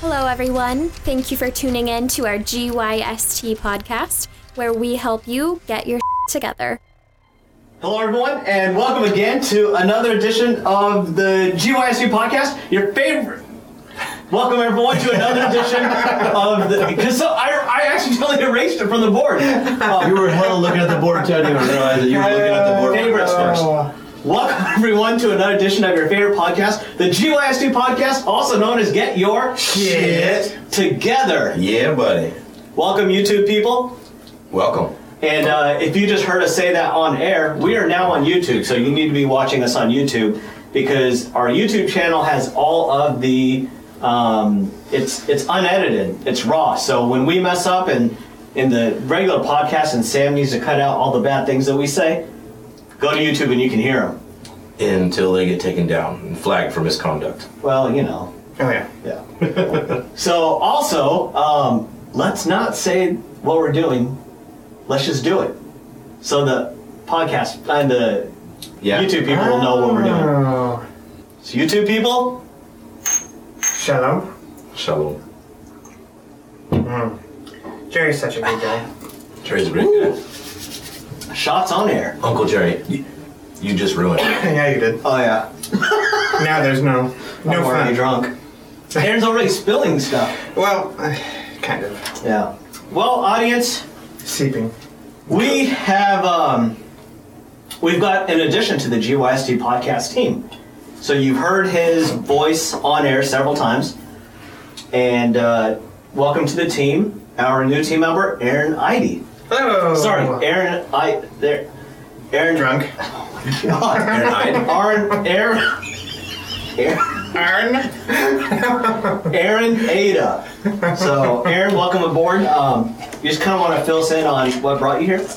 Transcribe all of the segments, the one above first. Hello, everyone. Thank you for tuning in to our GYST podcast, where we help you get your together. Hello, everyone, and welcome again to another edition of the GYSU podcast, your favorite. Welcome, everyone, to another edition of the. Because so, I, I accidentally erased it from the board. Um, You were hella looking at the board, too. I didn't even realize that you were looking at the board. favorites first. Welcome, everyone, to another edition of your favorite podcast, the GYSU podcast, also known as Get Your Shit. Together. Yeah, buddy. Welcome, YouTube people. Welcome. And uh, if you just heard us say that on air, we are now on YouTube, so you need to be watching us on YouTube because our YouTube channel has all of the. Um, it's it's unedited, it's raw. So when we mess up and in the regular podcast, and Sam needs to cut out all the bad things that we say, go to YouTube and you can hear them. Until they get taken down and flagged for misconduct. Well, you know, Oh yeah. yeah. so also, um, let's not say what we're doing. Let's just do it. So the podcast and the Yeah. YouTube people will know what we're doing. Oh, So YouTube people, shallow. Shalom. Jerry's such a good guy. Jerry's a great guy. shots on air. Uncle Jerry, you, you just ruined it. yeah, you did. Oh yeah, Now there's no I'm no already fun. drunk. Aaron's already spilling stuff. Well, uh, kind of Yeah. Well, audience, seeping. we have um, we've got an addition to the GYST podcast team. So you've heard his voice on air several times, and uh, welcome to the team. Our new team member, Aaron Idy. Hello. Sorry, Aaron. I there. Aaron. Drunk. God. Aaron Hyde? Aaron. Aaron. Aaron. Arn. Aaron Ada. So, Aaron, welcome aboard. Um, you just kind of want to fill us in on what brought you here.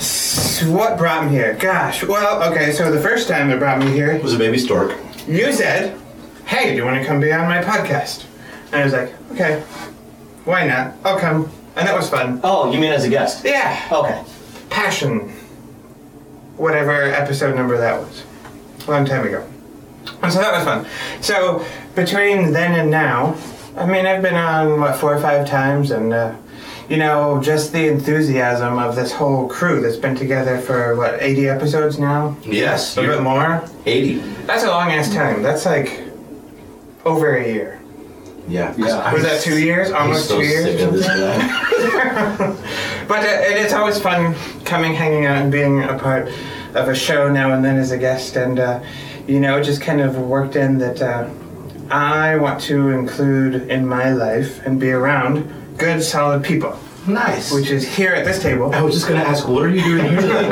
So What brought me here? Gosh. Well, okay. So the first time it brought me here, It was a baby stork. you said, "Hey, do you want to come be on my podcast?" And I was like, "Okay, why not? I'll come." And that was fun. Oh, you mean as a guest? Yeah. Okay. Passion. Whatever episode number that was. A long time ago. And so that was fun. So between then and now, I mean, I've been on, what, four or five times, and, uh, you know, just the enthusiasm of this whole crew that's been together for, what, 80 episodes now? Yes. A bit more? 80. That's a long ass time. That's like over a year. Yeah. Yeah. Was that two years? I'm Almost so two years? sick of this guy. But uh, it is always fun coming, hanging out, and being a part of a show now and then as a guest. And, uh, you know, just kind of worked in that uh, I want to include in my life and be around good, solid people, nice. which is here at this table. I was just gonna ask, what are you doing here?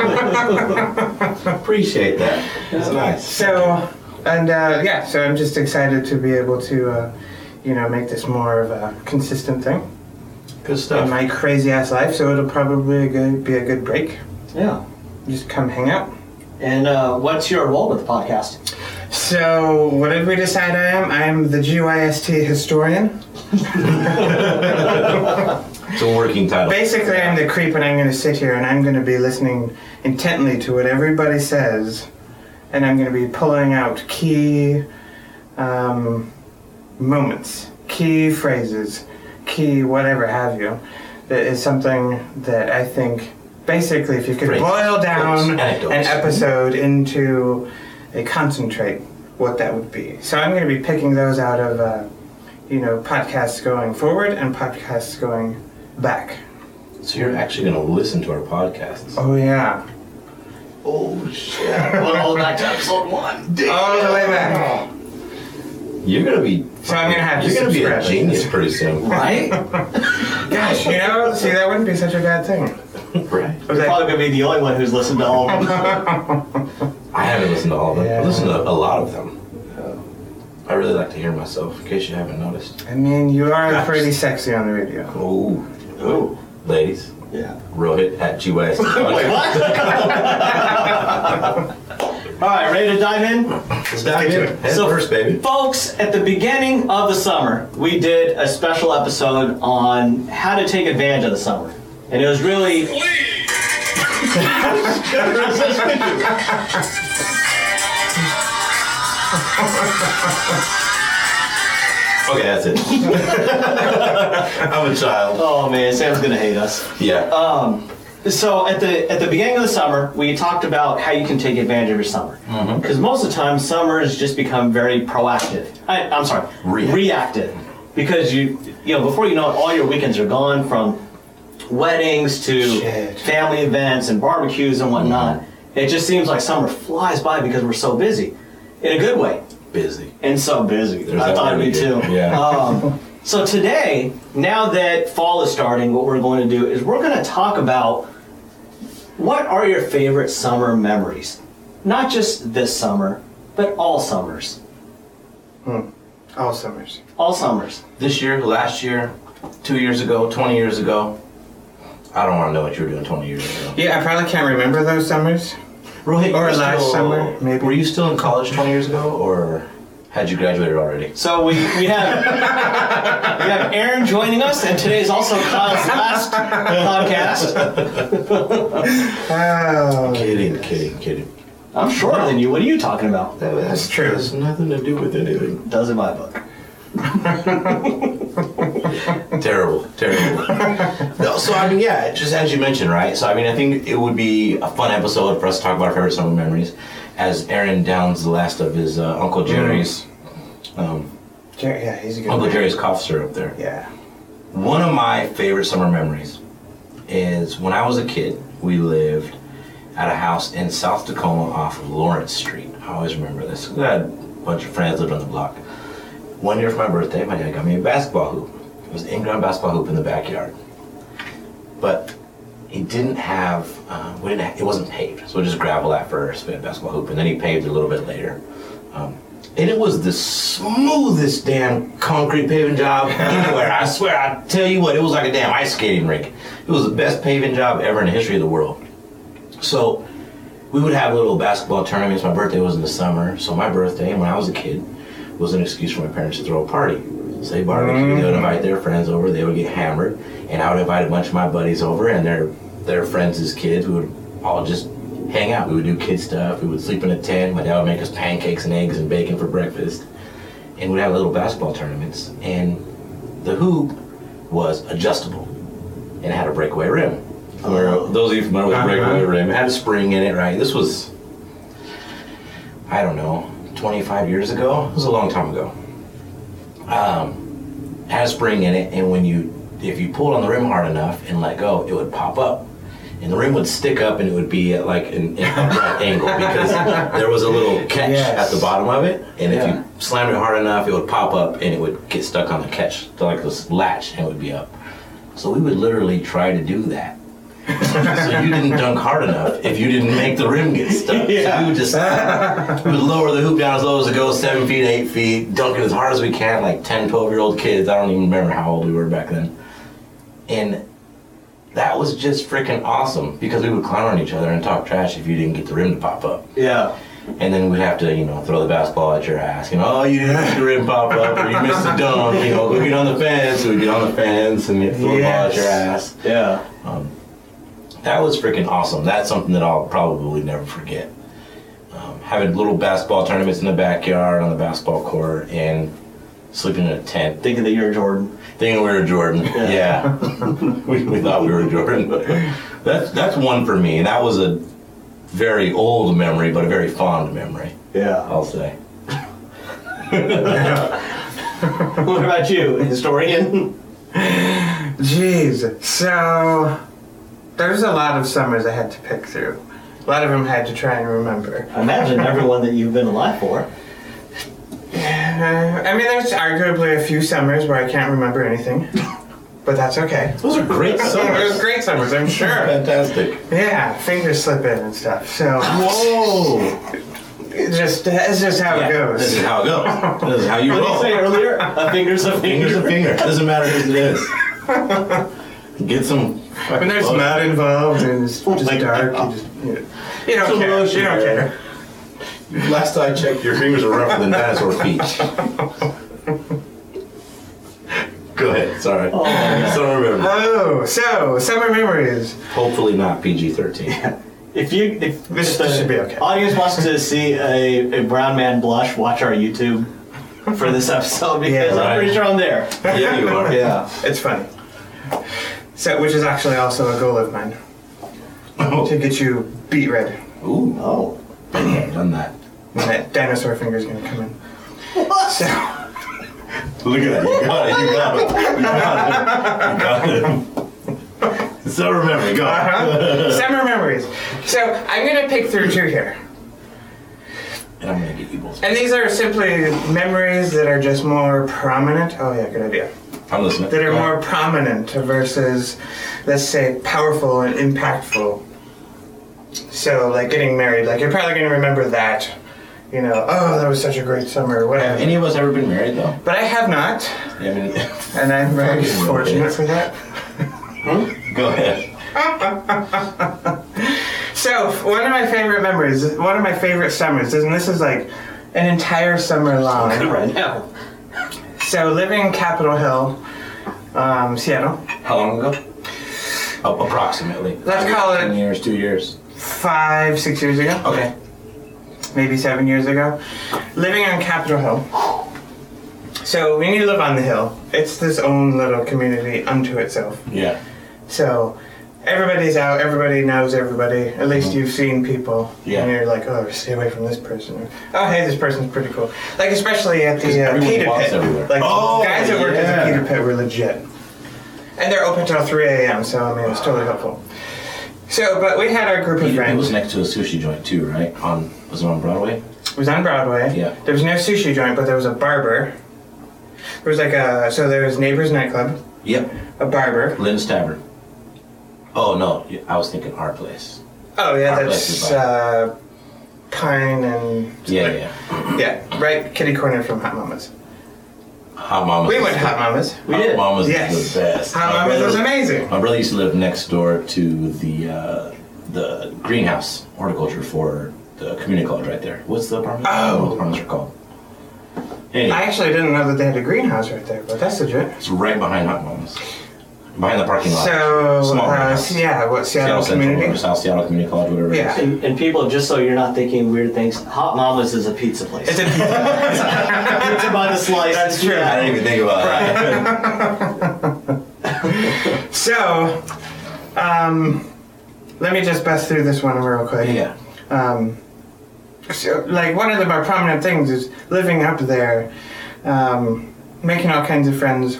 Appreciate that. That's nice. So, and uh, yeah, so I'm just excited to be able to, uh, you know, make this more of a consistent thing Good in stuff. my crazy ass life. So it'll probably a good, be a good break. Yeah. Just come hang out. And uh, what's your role with the podcast? So, what did we decide I am? I'm the GYST historian. It's a working title. Basically, I'm the creep, and I'm going to sit here and I'm going to be listening intently to what everybody says, and I'm going to be pulling out key um, moments, key phrases, key whatever have you. That is something that I think, basically, if you could Phrases, boil down quotes, an anecdotes. episode into a concentrate, what that would be. So I'm going to be picking those out of. Uh, you know, podcasts going forward and podcasts going back. So you're actually gonna listen to our podcasts. Oh yeah. Oh shit. well, back to episode one. All Oh, the way back. You're gonna be. So I'm gonna have to You're gonna be a subscribe. genius pretty soon, Right? Gosh, you know, see that wouldn't be such a bad thing. right? I was You're like, probably going to be the only one who's listened to all of them. I haven't listened to all of them. Yeah. I've listened to a lot of them. I really like to hear myself, in case you haven't noticed. I mean, you are pretty sexy on the radio. Oh, Ooh. ladies, Yeah. Rohit at GYS. Wait, what? all right, ready to dive in? Let's dive into in. it. Head first, baby. Folks, at the beginning of the summer, we did a special episode on how to take advantage of the summer. And it was really. Okay, that's it. I'm a child. Uh, Oh man, Sam's gonna hate us. Yeah. So at the at the beginning of the summer, we talked about how you can take advantage of your summer Mm-hmm. because most of the time summers just become very proactive. I, I'm sorry, Reactive. reactive, because you you know before you know it, all your weekends are gone from weddings to Shit. family events and barbecues and whatnot. Mm-hmm. It just seems like summer flies by because we're so busy, in a good way Busy. and so busy. There's I that thought word me too. again. Yeah. Um, so today, now that fall is starting, what we're going to do is we're going to talk about what are your favorite summer memories, not just this summer, but all summers, All summers. all summers. This year, last year, two years ago, 20 years ago. I don't want to know what you were doing 20 years ago. Yeah, I probably can't remember those summers. Rohit, Or you were last summer, maybe. Were you still in college 20 years ago, or had you graduated already? So we, we have we have Aaron joining us, and today is also Kyle's last podcast. Oh. Kidding, kidding, kidding. I'm shorter than you. What are you talking about? That, that's true. Has nothing to do with anything. Does in my book. terrible, terrible. no, so I mean, yeah, just as you mentioned, right? So I mean, I think it would be a fun episode for us to talk about our favorite summer memories, as Aaron downs the last of his uh, Uncle Jerry's, um, Oh, Jerry, yeah, he's a good Uncle one. Jerry's cough syrup there. Yeah. One of my favorite summer memories is when I was a kid, we lived at a house in South Tacoma off of Lawrence Street. I always remember this. We had a bunch of friends lived on the block. One year for my birthday, my dad got me a basketball hoop. It was an in-ground basketball hoop in the backyard. But he didn't have, uh, we didn't have, it wasn't paved. So it was just gravel at first, we had a basketball hoop, and then he paved it a little bit later. Um, and it was the smoothest damn concrete paving job anywhere. I swear, I tell you what, it was like a damn ice skating rink. It was the best paving job ever in the history of the world. So we would have little basketball tournaments. My birthday was in the summer, so my birthday, when I was a kid, was an excuse for my parents to throw a party. So they barbecue, they would invite their friends over, they would get hammered, and I would invite a bunch of my buddies over and their their friends' kids. We would all just hang out. We would do kid stuff. We would sleep in a tent. My dad would make us pancakes and eggs and bacon for breakfast, and we'd have little basketball tournaments. And the hoop was adjustable and had a breakaway rim. Where those of you familiar with Uh-huh. breakaway rim, it had a spring in it, right? This was, I don't know, 25 years ago. It was a long time ago. Um, it had a spring in it, and when you, if you pulled on the rim hard enough and let go, it would pop up. And the rim would stick up, and it would be at like an, an upright angle because there was a little catch at Yes. the bottom of it, and if Yeah. you slammed it hard enough, it would pop up and it would get stuck on the catch, like this latch, and it would be up. So we would literally try to do that. so you didn't dunk hard enough if you didn't make the rim get stuck. So Yeah. we would just we would lower the hoop down as low as it goes, seven feet, eight feet, dunk it as hard as we can, like 10, 12 year old kids. I don't even remember how old we were back then. And that was just freaking awesome because we would clown on each other and talk trash if you didn't get the rim to pop up. Yeah. And then we'd have to, you know, throw the basketball at your ass. You know, oh, you didn't hit the rim pop up, or you missed a dunk. You know, go get on the fence. We'd get on the fence and throw the ball at your ass. Yes. Yeah. That was freaking awesome. That's something that I'll probably never forget. Um, having little basketball tournaments in the backyard on the basketball court and sleeping in a tent. Thinking that you're Jordan. Thinking we were Jordan. Yeah. we, we thought we were Jordan. that's, that's one for me. That was a very old memory, but a very fond memory, Yeah. I'll say. what about you, historian? Jeez. So, there's a lot of summers I had to pick through. A lot of them I had to try and remember. Imagine everyone that you've been alive for. Uh, I mean, there's arguably a few summers where I can't remember anything, but that's okay. Those are great It was summers. great summers, I'm sure. Fantastic. Yeah, fingers slip in and stuff. So Whoa! it just it's just how it This goes. is how it goes. This is how you What did you say roll. earlier? A finger's a Fingers a finger. finger. Doesn't matter who it is. Get some. When there's Lotion. mud involved and it's Oh just dark, you just you, know, you don't Some care. lotion, You don't yeah. care. Last I checked, your fingers are rougher than dinosaur feet. Go ahead. Sorry. So remember. Oh, so summer memories. Hopefully not PG thirteen. If you, if if This- this should be okay. Audience wants to see a, a brown man blush. Watch our YouTube. for this episode because Yeah, I'm pretty right. sure I'm there. Yeah, you are. Yeah. It's funny. So, which is actually also a goal of mine Oh. to get you beat red Ooh, Oh. I've done that. when that dinosaur finger's gonna come in. So, Look at that. You got it. You got it. You got it. You got it. So remember, go. uh-huh. summer memories. So, I'm gonna pick through two here. And I'm gonna get you both. And these are simply memories that are just more prominent. Oh, yeah, good idea. I'm listening. That are more prominent versus, let's say, powerful and impactful. So, like getting married, like you're probably gonna remember that. You know, oh, that was such a great summer, Have whatever. any of us ever been married though? But I have not, I mean, and I'm very Fucking fortunate romantic. for that. go ahead. So, one of my favorite memories, one of my favorite summers, and this is like an entire summer long. Right now. So, living in Capitol Hill, um, Seattle, How long ago? Oh, approximately. Let's call it- Ten years, two years. five, six years ago, Okay. maybe seven years ago, living on Capitol Hill. So, when you live on the hill, it's this own little community unto itself. Yeah. So everybody's out, everybody knows everybody. At least you've seen people. Yeah. And you're like, oh, stay away from this person. Or, oh, hey, this person's pretty cool. Like, especially at the uh, everyone Peter walks Pit. everywhere. Like, Oh, guys that worked at the yeah. Peter Pit were legit. And they're open till 3 a.m., so I mean, it's totally helpful. So, but we had our group of It, it was friends. next to a sushi joint too, right? On was it on Broadway? It was on Broadway. Yeah. There was no sushi joint, but there was a barber. There was like a, so there was Neighbors Nightclub, Yep. a barber. Lynn's Tavern. Oh no, y- I was thinking our place. Oh, yeah, Our that's place is barber. uh, Pine and. Yeah, yeah. Yeah, right. Kitty corner from Hot Mamas. Hot Mama's. We is went to the- Hot Mamas. We did. Hot Mama's Yes. is the best. Oh, Hot My Mamas was brother- amazing. My brother used to live next door to the uh, the greenhouse horticulture for the community college right there. What's the apartment? I don't know what the apartments are called. Anyway, Oh. I actually didn't know that they had a greenhouse right there, but that's legit. it's right behind Hot Mama's, behind the parking lot. So, small uh, greenhouse. yeah, what Seattle Seattle, Central, community? or South Seattle Community College, whatever. Yeah. It is. And, and people, just so you're not thinking weird things, Hot Mama's is a pizza place. It's a pizza. pizza by the slice. That's true. I didn't even think about that. so, um, let me just bust through this one real quick. yeah. um, so, like one of the more prominent things is living up there, um, making all kinds of friends.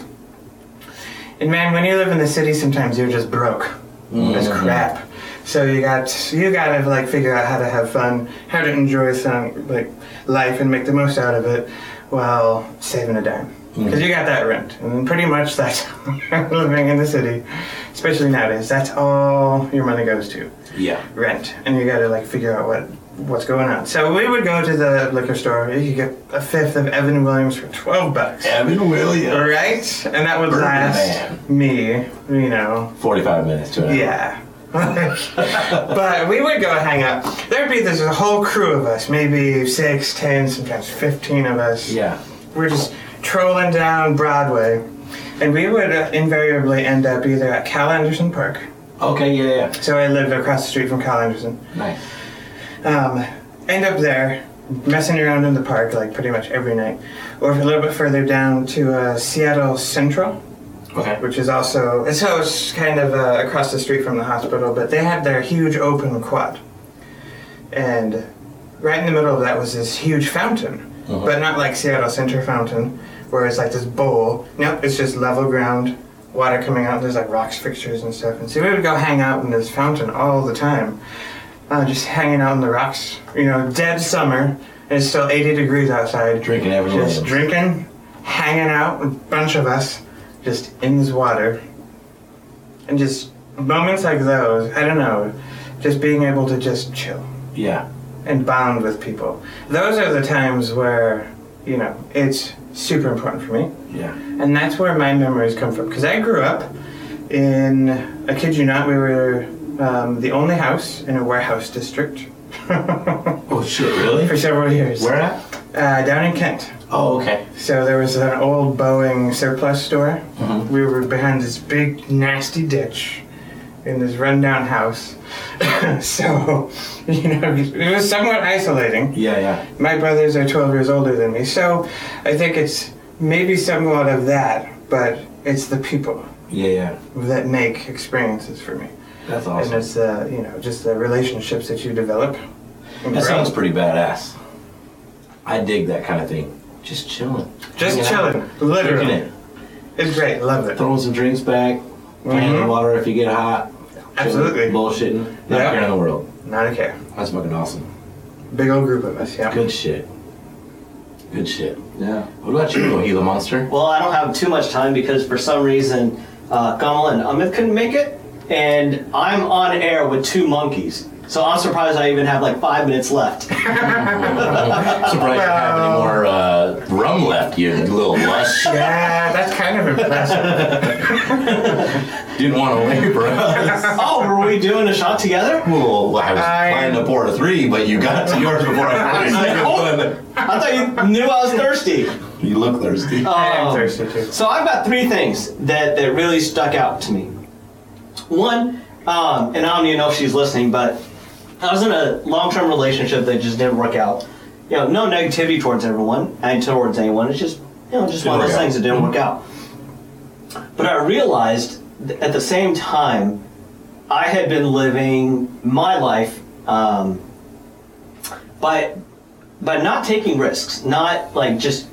And man, when you live in the city, sometimes you're just broke. It's crap. So you got you gotta like figure out how to have fun, how to enjoy some like life and make the most out of it while saving a dime. Because you got that rent, and pretty much that's living in the city, especially nowadays. That's all your money goes to Yeah. rent and you gotta like figure out what what's going on. So we would go to the liquor store, you could get a fifth of Evan Williams for twelve bucks. Evan Williams. Right? And that would Bourbon last me, you know. Forty-five minutes to an hour. Yeah. but we would go hang out. There'd be this whole crew of us, maybe six, ten, sometimes fifteen of us. Yeah. We're just trolling down Broadway. And we would uh, invariably end up either at Cal Anderson Park. Okay. Yeah. So I lived across the street from Cal Anderson. Yeah. Nice. um, end up there messing around in the park like pretty much every night or a little bit further down to uh, seattle central Okay. which is also it's so it's kind of uh, across the street from the hospital but they had their huge open quad and right in the middle of that was this huge fountain but not like seattle center fountain where it's like this bowl nope it's just level ground water coming out there's like rocks fixtures and stuff and so we would go hang out in this fountain all the time uh, just hanging out in the rocks you know dead summer and it's still 80 degrees outside Drinking Evan Williams. just drinking, hanging out, a bunch of us, just in this water. And just moments like those, I don't know, just being able to just chill yeah. and bond with people. Those are the times where, you know, it's super important for me. Yeah. And that's where my memories come from. Because I grew up in, I kid you not, we were um, the only house in a warehouse district Oh shit! Really? for several years. Where at? Uh, down in Kent. Oh, okay. So there was an old Boeing surplus store. We were behind this big nasty ditch, in this rundown house. so, you know, it was somewhat isolating. Yeah, yeah. My brothers are 12 years older than me, so I think it's maybe somewhat of that, but it's the people Yeah, yeah. that make experiences for me. That's And awesome. it's, uh, you know, just the relationships that you develop. and That grow. sounds pretty badass. I dig that kind of thing. Just chilling. Just Hanging out. chilling, Drinking literally. it. It's great, love it. Throwing some drinks back. Playing in Mhm. the water if you get hot. chilling, Absolutely. Bullshitting. Not Yeah. yeah. in the world. Not a care. That's fucking awesome. Big old group of us, yeah. Good shit. Good shit. Yeah. What about you, Gila Monster? Well, I don't have too much time because for some reason, uh, Gamal and Amit couldn't make it, and I'm on air with two monkeys. So I'm surprised I even have like five minutes left. Surprised you don't have any more uh, rum left, you little lush. Yeah, that's kind of impressive. Didn't want to leave, bro. oh, were we doing a shot together? Well, I was I- planning to pour to three, but you got to yours before I poured a I thought you knew I was thirsty. second. You look thirsty. I am Um, thirsty too. So I've got three things that, that really stuck out to me. One, um, and I don't even know if she's listening, but I was in a long-term relationship that just didn't work out. You know, no negativity towards everyone and towards anyone. It's just you know just one of Didn't those work out. things that didn't work out. But I realized th- at the same time, I had been living my life um, by by not taking risks, not like just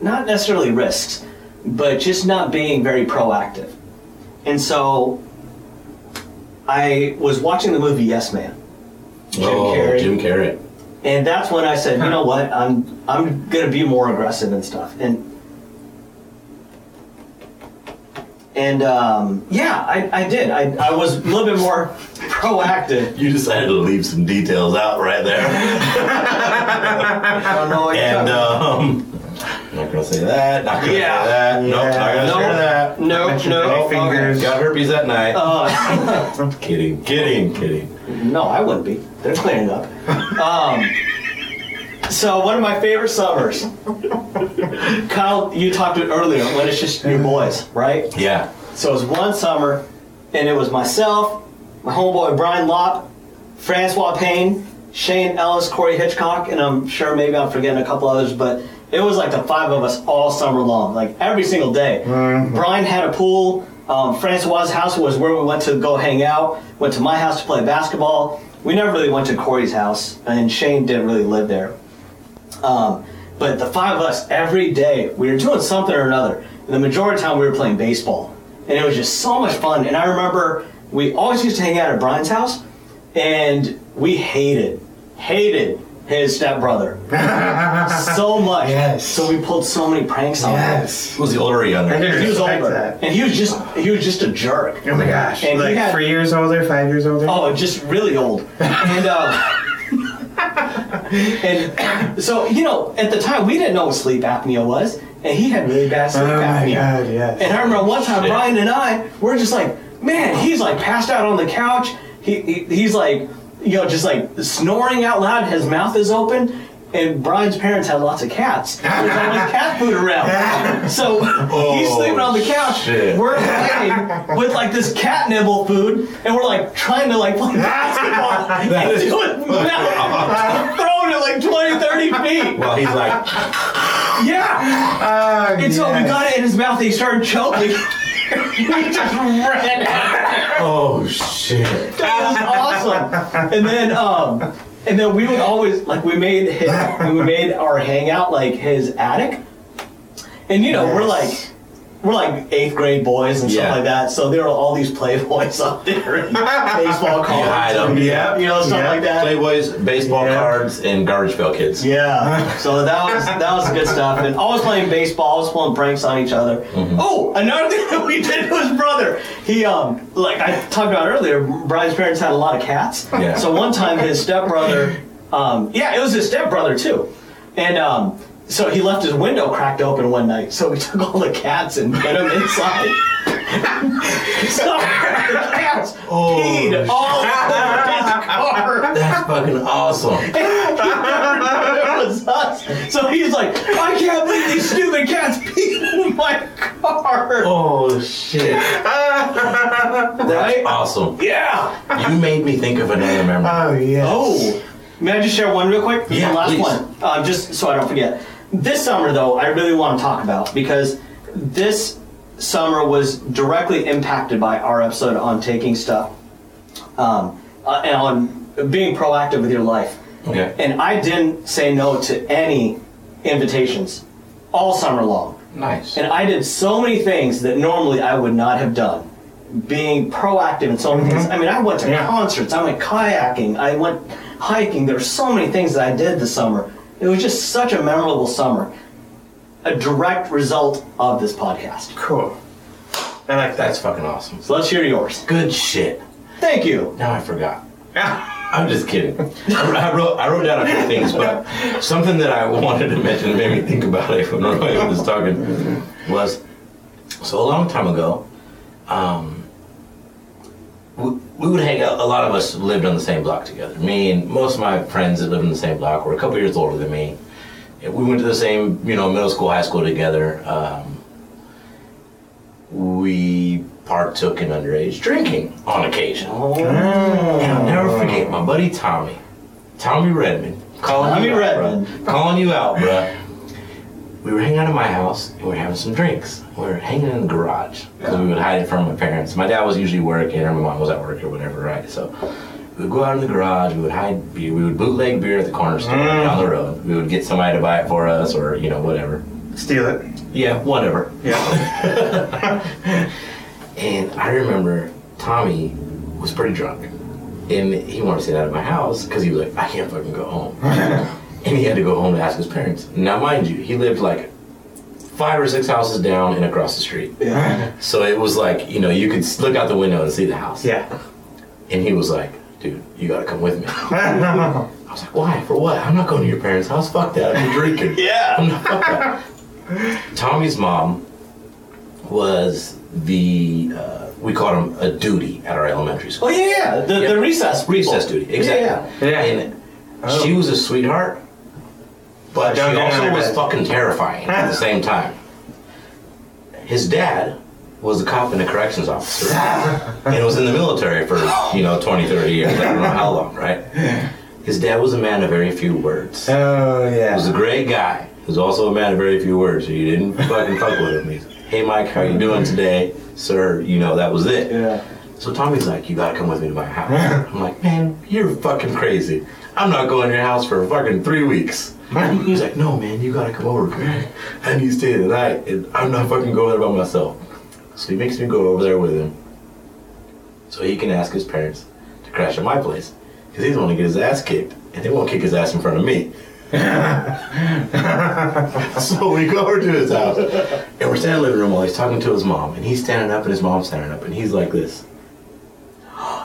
not necessarily risks, but just not being very proactive. And so I was watching the movie Yes Man. Jim oh, Carrey. Jim Carrey. And that's when I said, you know what, I'm I'm gonna be more aggressive and stuff. And and um, yeah, I, I did. I, I was a little bit more proactive. You decided to leave some details out right there. I don't know what you're And, talking um, I'm not gonna say that, not gonna Yeah. say that, nope, not gonna Nope. share uh, that. No, Mention no, any fingers. Got herpes that night. Uh, kidding, kidding, kidding. no, I wouldn't be. They're cleaning up. Um, so one of my favorite summers, Kyle, you talked it earlier when it's just your boys, right? Yeah. So it was one summer, and it was myself, my homeboy Brian Lopp, Francois Payne, Shane Ellis, Corey Hitchcock, and I'm sure maybe I'm forgetting a couple others, but it was like the five of us all summer long, like every single day. Brian had a pool. Um, Francois's house was where we went to go hang out. Went to my house to play basketball. We never really went to Corey's house, and Shane didn't really live there. Um, but the five of us every day, we were doing something or another. And the majority of the time, we were playing baseball, and it was just so much fun. And I remember we always used to hang out at Brian's house, and we hated, hated his stepbrother so much. Yes. So we pulled so many pranks on Yes. Was he older or I younger? didn't him. He was expect older, that. and he was just he was just a jerk. Oh my gosh. And he like had- three years older, five years older? Oh, just really old. And uh, and so you know, at the time we didn't know what sleep apnea was, and he had really bad sleep Oh my apnea. God, yes. And I remember one time Shit. Brian and I were just like, man, he's like passed out on the couch. He, he he's like, you know, just like snoring out loud. His mouth is open. And Brian's parents had lots of cats. There's always cat food around. So he's Oh, sleeping on the couch. shit. We're playing with like this cat nibble food, and we're like trying to like play basketball That and is- doing mouth, throwing it like 20, 30 feet. Well, he's like, Yeah. Oh, And so we yes. got it in his mouth, and he started choking. we just ran out. oh shit. That was awesome. And then, um, and then we would always like we made his, we made our hangout like his attic, and you know we're like. We're like eighth grade boys and Yeah. stuff like that, so there were all these playboys up there, and baseball cards, hide 'em. and, Yep. you know stuff Yep. like that. Playboys, baseball Yeah. cards, and garbage pail kids. Yeah. So that was that was good stuff. And always playing baseball, always pulling pranks on each other. Oh, another thing that we did was brother. He um like I talked about earlier, Brian's parents had a lot of cats. Yeah. So one time his stepbrother um yeah, it was his stepbrother too. And um so he left his window cracked open one night. So we took all the cats and put them inside. so the cats peed all over his car. Oh, That's fucking awesome. it was us. So he's like, I can't believe these stupid cats peed in my car. Oh shit. Right? Awesome. Yeah. You made me think of another memory. Uh, Oh yeah. Oh, may I just share one real quick? This is Yeah, the last please. one, uh, just so I don't forget. This summer, though, I really want to talk about because this summer was directly impacted by our episode on taking stuff um, uh, and on being proactive with your life. Okay. And I didn't say no to any invitations all summer long. nice. And I did so many things that normally I would not have done. Being proactive in so many Mm-hmm. things. I mean, I went to Yeah. concerts, I went kayaking, I went hiking. There were so many things that I did this summer. It was just such a memorable summer. A direct result of this podcast. Cool. I like that. That's fucking awesome. So let's hear yours. Good shit. Thank you. Now I forgot. I'm just kidding. I wrote, I wrote down a few things, but something that I wanted to mention that made me think about it when Roy was talking was so a long time ago, um, we, we would hang out. A lot of us lived on the same block together. Me and most of my friends that lived in the same block were a couple years older than me. We went to the same, you know, middle school, high school together. Um, we partook in underage drinking on occasion. Oh. And I'll never forget my buddy Tommy, Tommy Redmond. Calling Tommy you out, Redmond. bruh. Calling you out, bruh. We were hanging out at my house and we were having some drinks. We were hanging in the garage because we would hide it from my parents. My dad was usually working or my mom was at work or whatever, right? So we would go out in the garage, we would hide beer, we would bootleg beer at the corner store Mm. down the road. We would get somebody to buy it for us or, you know, whatever. Steal it. Yeah, whatever. Yeah. And I remember Tommy was pretty drunk. And he wanted to sit out of my house because he was like, I can't fucking go home. and he had to go home to ask his parents. Now, mind you, he lived like five or six houses down and across the street. Oh, Yeah. So it was like, you know, you could look out the window and see the house. yeah. And he was like, dude, you gotta come with me. I Oh, was like, why? For what? I'm not going to your parents' house. Fuck that. I'm drinking. Yeah. I'm not- fuck that. Tommy's mom was the uh, we called him a duty at our elementary Oh, school. yeah, yeah. The, the recess. people. Recess duty, exactly. Yeah. Oh. Yeah. And she was a sweetheart, but Don't she get also on her was bed. fucking terrifying at the same time. His dad was a cop and a corrections officer, and was in the military for you know 20, 30 years. I don't know how long, right? His dad was a man of very few words. Oh yeah. He was a great guy. He was also a man of very few words, so you didn't fucking fuck with him. He's, hey Mike, how you doing today, sir? You know that was it. Yeah. So Tommy's like, you gotta come with me to my house. I'm like, man, you're fucking crazy. I'm not going to your house for fucking three weeks. He's like, no, man, you gotta come over. I need to stay the night, and I'm not fucking going there by myself. So he makes me go over there with him, so he can ask his parents to crash at my place, because he's going to get his ass kicked, and they won't kick his ass in front of me. so we go over to his house, and we're standing in the living room while he's talking to his mom, and he's standing up, and his mom's standing up, and he's like this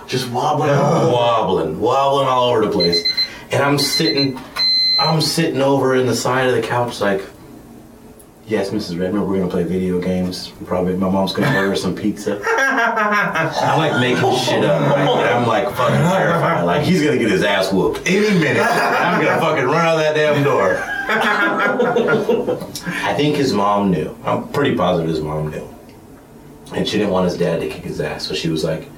just wobbling, wobbling, wobbling all over the place. And I'm sitting, I'm sitting over in the side of the couch, like, yes, Mrs. Redmond, we're gonna play video games. Probably my mom's gonna order some pizza. I'm like making shit up, right? And I'm like fucking terrified. Like he's gonna get his ass whooped any minute. I'm gonna fucking run out that damn door. I think his mom knew. I'm pretty positive his mom knew. And she didn't want his dad to kick his ass, so she was like,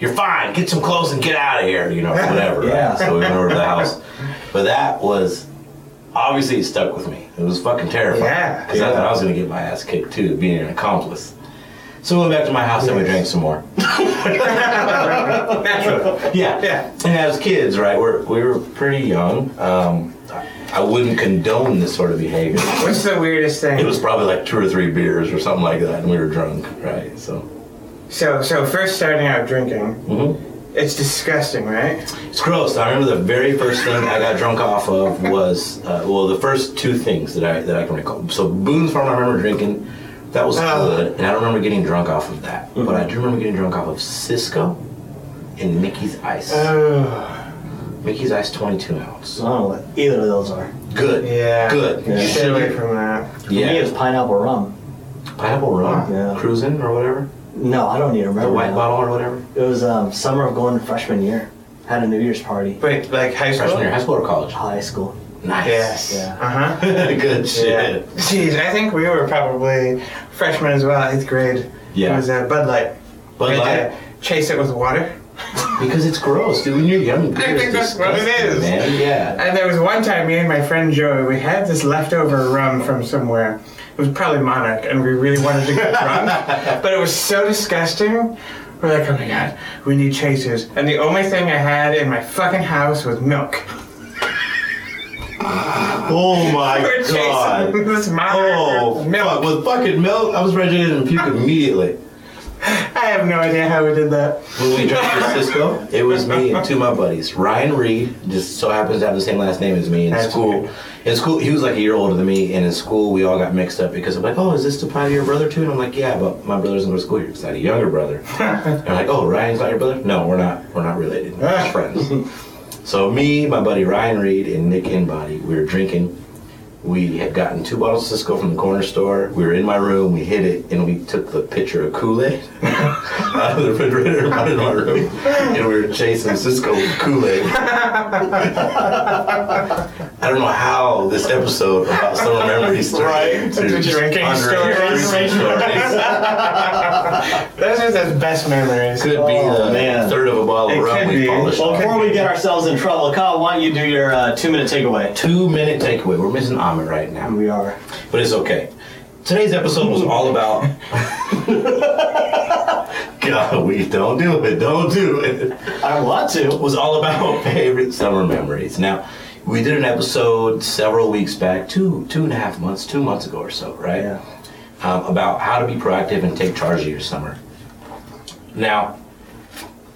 you're fine. Get some clothes and get out of here. You know, whatever. Yeah. Right? So we went over to the house. But that was obviously it stuck with me. It was fucking terrifying. Yeah. Because I thought I was gonna get my ass kicked too, being an accomplice. So we went back to my house and we drank some more. Natural. Yeah. Yeah. And as kids, right, we're, we were pretty young. Um, I wouldn't condone this sort of behavior. What's the weirdest thing? It was probably like two or three beers or something like that, and we were drunk, right? So so so first starting out drinking. Mm-hmm. It's disgusting, right? It's gross. I remember the very first thing I got drunk off of was uh, well, the first two things that I that I can recall. So Boone's Farm, I remember drinking. That was Ah. Mm-hmm. good, and I don't remember getting drunk off of that. But I do remember getting drunk off of Cisco and Mickey's Ice. Oh. Mickey's Ice, twenty-two ounce. I don't know what either of those are. Good. Yeah. Good. You Yeah. Stay away from that. For me, it's pineapple rum. Pineapple rum. Yeah. Cruising or whatever. No, I don't even The remember. white now. bottle or whatever. It was um, summer of going to freshman year. Had a New Year's party. Wait, like high school. Freshman year, high school or college. High school. Nice. Yes. Yeah. Uh huh. good shit. Jeez, I think we were probably freshmen as well, eighth grade. Yeah. It was uh, Bud Light. Bud Right Light? there. chase it with water. Because it's gross, dude. When you're young, I it's think that's what it disgusting, is. Man. Yeah. And there was one time me and my friend Joey, we had this leftover rum from somewhere. It was probably Monarch, and we really wanted to get drunk. But it was so disgusting. We're like, oh my god, we need chasers. And the only thing I had in my fucking house was milk. Oh my We're chasing god. this monarch Oh, with milk. fuck, with fucking milk, I was ready to puke immediately. I have no idea how we did that. When we drank the Cisco, it was me and two of my buddies. Ryan Reed just so happens to have the same last name as me in That's school. In school, he was like a year older than me, and in school, we all got mixed up because I'm like, oh, is this the pie of your brother too? And I'm like, yeah, but my brother doesn't go to school here because I had a younger brother. and I'm like, oh, Ryan's not your brother? No, we're not. We're not related. We're just friends. so me, my buddy Ryan Reed, and Nick Inbody, we were drinking. We had gotten two bottles of Cisco from the corner store. We were in my room, we hid it, and we took the pitcher of Kool Aid out of the refrigerator, and out of my room, and we were chasing Cisco with Kool Aid. I don't know how this episode about summer memories turned Right. into It's a just drinking underage story. drinking stories. Those are the best memories. Could be Oh, the man. third of a bottle It of rum could we be. polished. Well, off. before we get ourselves in trouble, Kyle, why don't you do your uh, two-minute takeaway? Two minute takeaway. We're missing Amit right now. We are. but it's okay. Today's episode was all about. God, we don't do it. Don't do it. I want to. Was all about favorite summer memories. Now, we did an episode several weeks back, two two and a half months, two months ago or so, right? Yeah. Um, about how to be proactive and take charge of your summer. Now,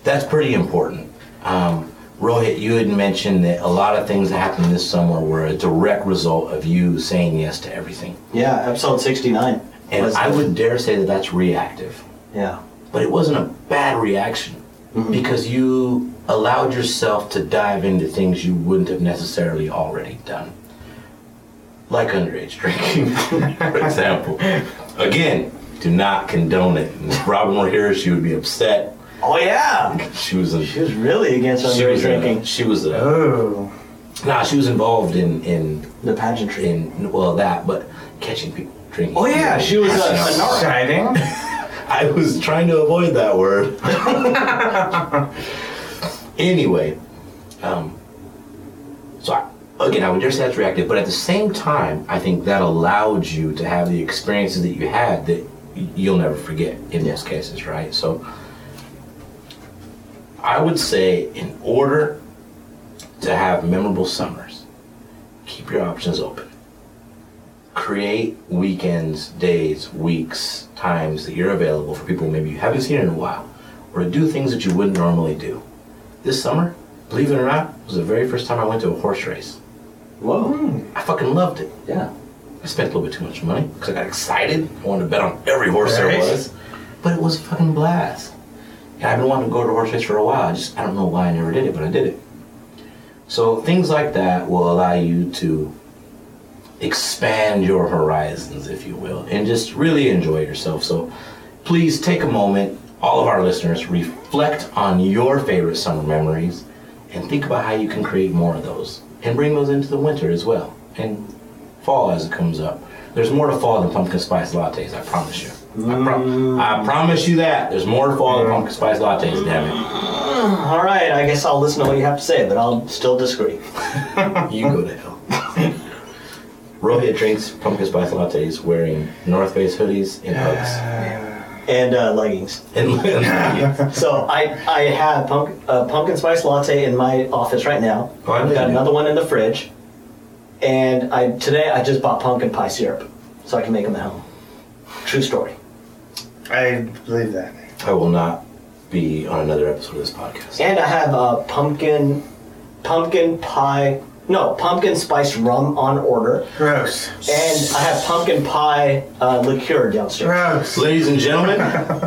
that's pretty important. Um, Rohit, you had mentioned that a lot of things that happened this summer were a direct result of you saying yes to everything. Yeah, episode 69. And Was- I would dare say that that's reactive. Yeah. But it wasn't a bad reaction because you allowed yourself to dive into things you wouldn't have necessarily already done. Like underage drinking, for example. Again, do not condone it. And if Robin were here, she would be upset. Oh, yeah. She was a, She was really against she underage was drinking. A, she was a, Oh. nah, she was involved in, in, the pageantry. in, well, that, but catching people drinking. Oh, yeah, she was a- a narc. Exciting. I was trying to avoid that word. anyway, um, so I, again, I would dare say that's reactive, but at the same time, I think that allowed you to have the experiences that you had that y- you'll never forget in most cases, right? So I would say, in order to have memorable summers, keep your options open create weekends, days, weeks, times that you're available for people maybe you haven't seen in a while, or to do things that you wouldn't normally do. This summer, believe it or not, was the very first time I went to a horse race. Whoa. I fucking loved it. Hmm, Yeah. I spent a little bit too much money because I got excited. I wanted to bet on every horse there Right. was, but it was a fucking blast. And I've been wanting to go to a horse race for a while. I just I don't know why I never did it, but I did it. So things like that will allow you to expand your horizons, if you will, and just really enjoy yourself. So please take a moment, all of our listeners, reflect on your favorite summer memories and think about how you can create more of those and bring those into the winter as well and fall as it comes up. There's more to fall than pumpkin spice lattes, I promise you. I, pro- I promise you that. There's more to fall than pumpkin spice lattes, damn All right, I guess I'll listen to what you have to say, but I'll still disagree. it. You go to hell. Rohit drinks pumpkin spice lattes wearing North Face hoodies and Uggs. And uh, leggings. And So I, I have pump, a pumpkin spice latte in my office right now. Oh, I I've got know. another one in the fridge. And I today I just bought pumpkin pie syrup so I can make them at home. True story. I believe that. I will not be on another episode of this podcast. And I have a pumpkin pumpkin pie no, pumpkin spice rum on order. Gross. And I have pumpkin pie uh, liqueur downstairs. Gross. Ladies and gentlemen,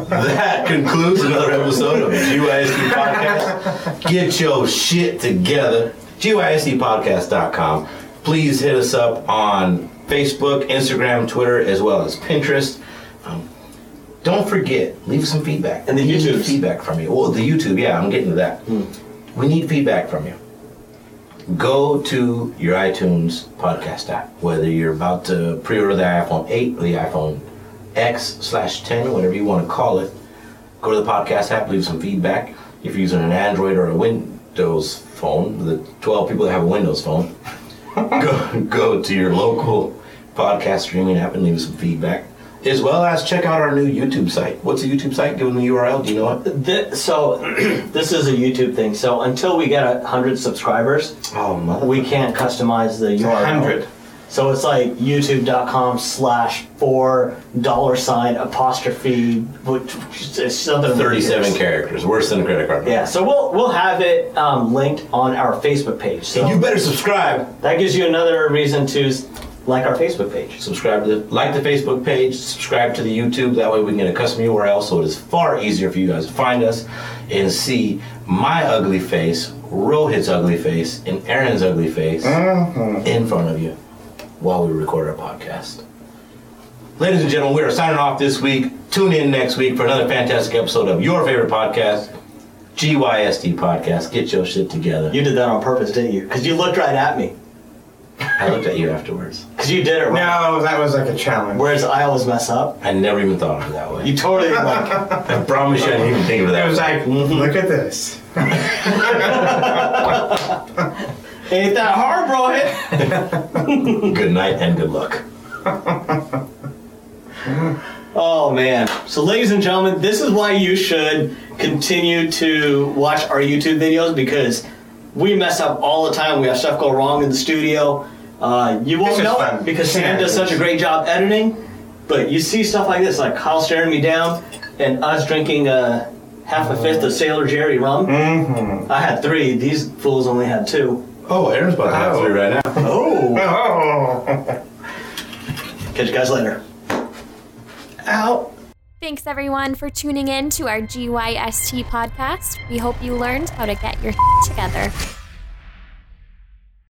that concludes another episode of GYSD Podcast. Get your shit together. GYSDpodcast.com. Please hit us up on Facebook, Instagram, Twitter, as well as Pinterest. Um, don't forget, leave some feedback. And the We need YouTubes. Hmm. feedback from you. Well, the YouTube, yeah, I'm getting to that. We need feedback from you. Go to your iTunes podcast app, whether you're about to pre-order the iPhone 8 or the iPhone X slash 10, whatever you want to call it. Go to the podcast app, leave some feedback. If you're using an Android or a Windows phone, the 12 people that have a Windows phone, go, go to your local podcast streaming app and leave some feedback. As well as check out our new YouTube site. What's the YouTube site? Give them the URL. Do you know it? Thi- so this is a YouTube thing. So until we get a hundred subscribers, Oh, mother. we can't customize the URL. 100. So it's like youtube.com slash four dollar sign apostrophe which is something 37 characters, worse than a credit card. Yeah, so we'll we'll have it um, linked on our Facebook page. So You better subscribe. that gives you another reason to s- like our Facebook page. subscribe to the like the Facebook page, subscribe to the YouTube. That way we can get a custom URL so it is far easier for you guys to find us and see my ugly face, Rohit's ugly face, and Aaron's ugly face in front of you while we record our podcast. Ladies and gentlemen, we are signing off this week. Tune in next week for another fantastic episode of your favorite podcast, GYSD Podcast. Get your shit together. You did that on purpose, didn't you? Because you looked right at me. I looked at you afterwards. Because you did it right. No, that was like a challenge. Whereas I always mess up. I never even thought of it that way. You totally like. I promise you I didn't even think of it that It was way. like, look at this. Ain't that hard, bro? Hit. Good night and good luck. Oh man. So, ladies and gentlemen, this is why you should continue to watch our YouTube videos because we mess up all the time. We have stuff go wrong in the studio. Uh, you won't This is know fun. it because Sam Yeah, does such a great job editing. But you see stuff like this, like Kyle staring me down, and us drinking uh, half a fifth of Sailor Jerry rum. Mm-hmm. I had three. These fools only had two. Oh, Aaron's about to have Oh. three right now. Oh. Oh. Catch you guys later. Out. Thanks everyone for tuning in to our GYST podcast. We hope you learned how to get your together.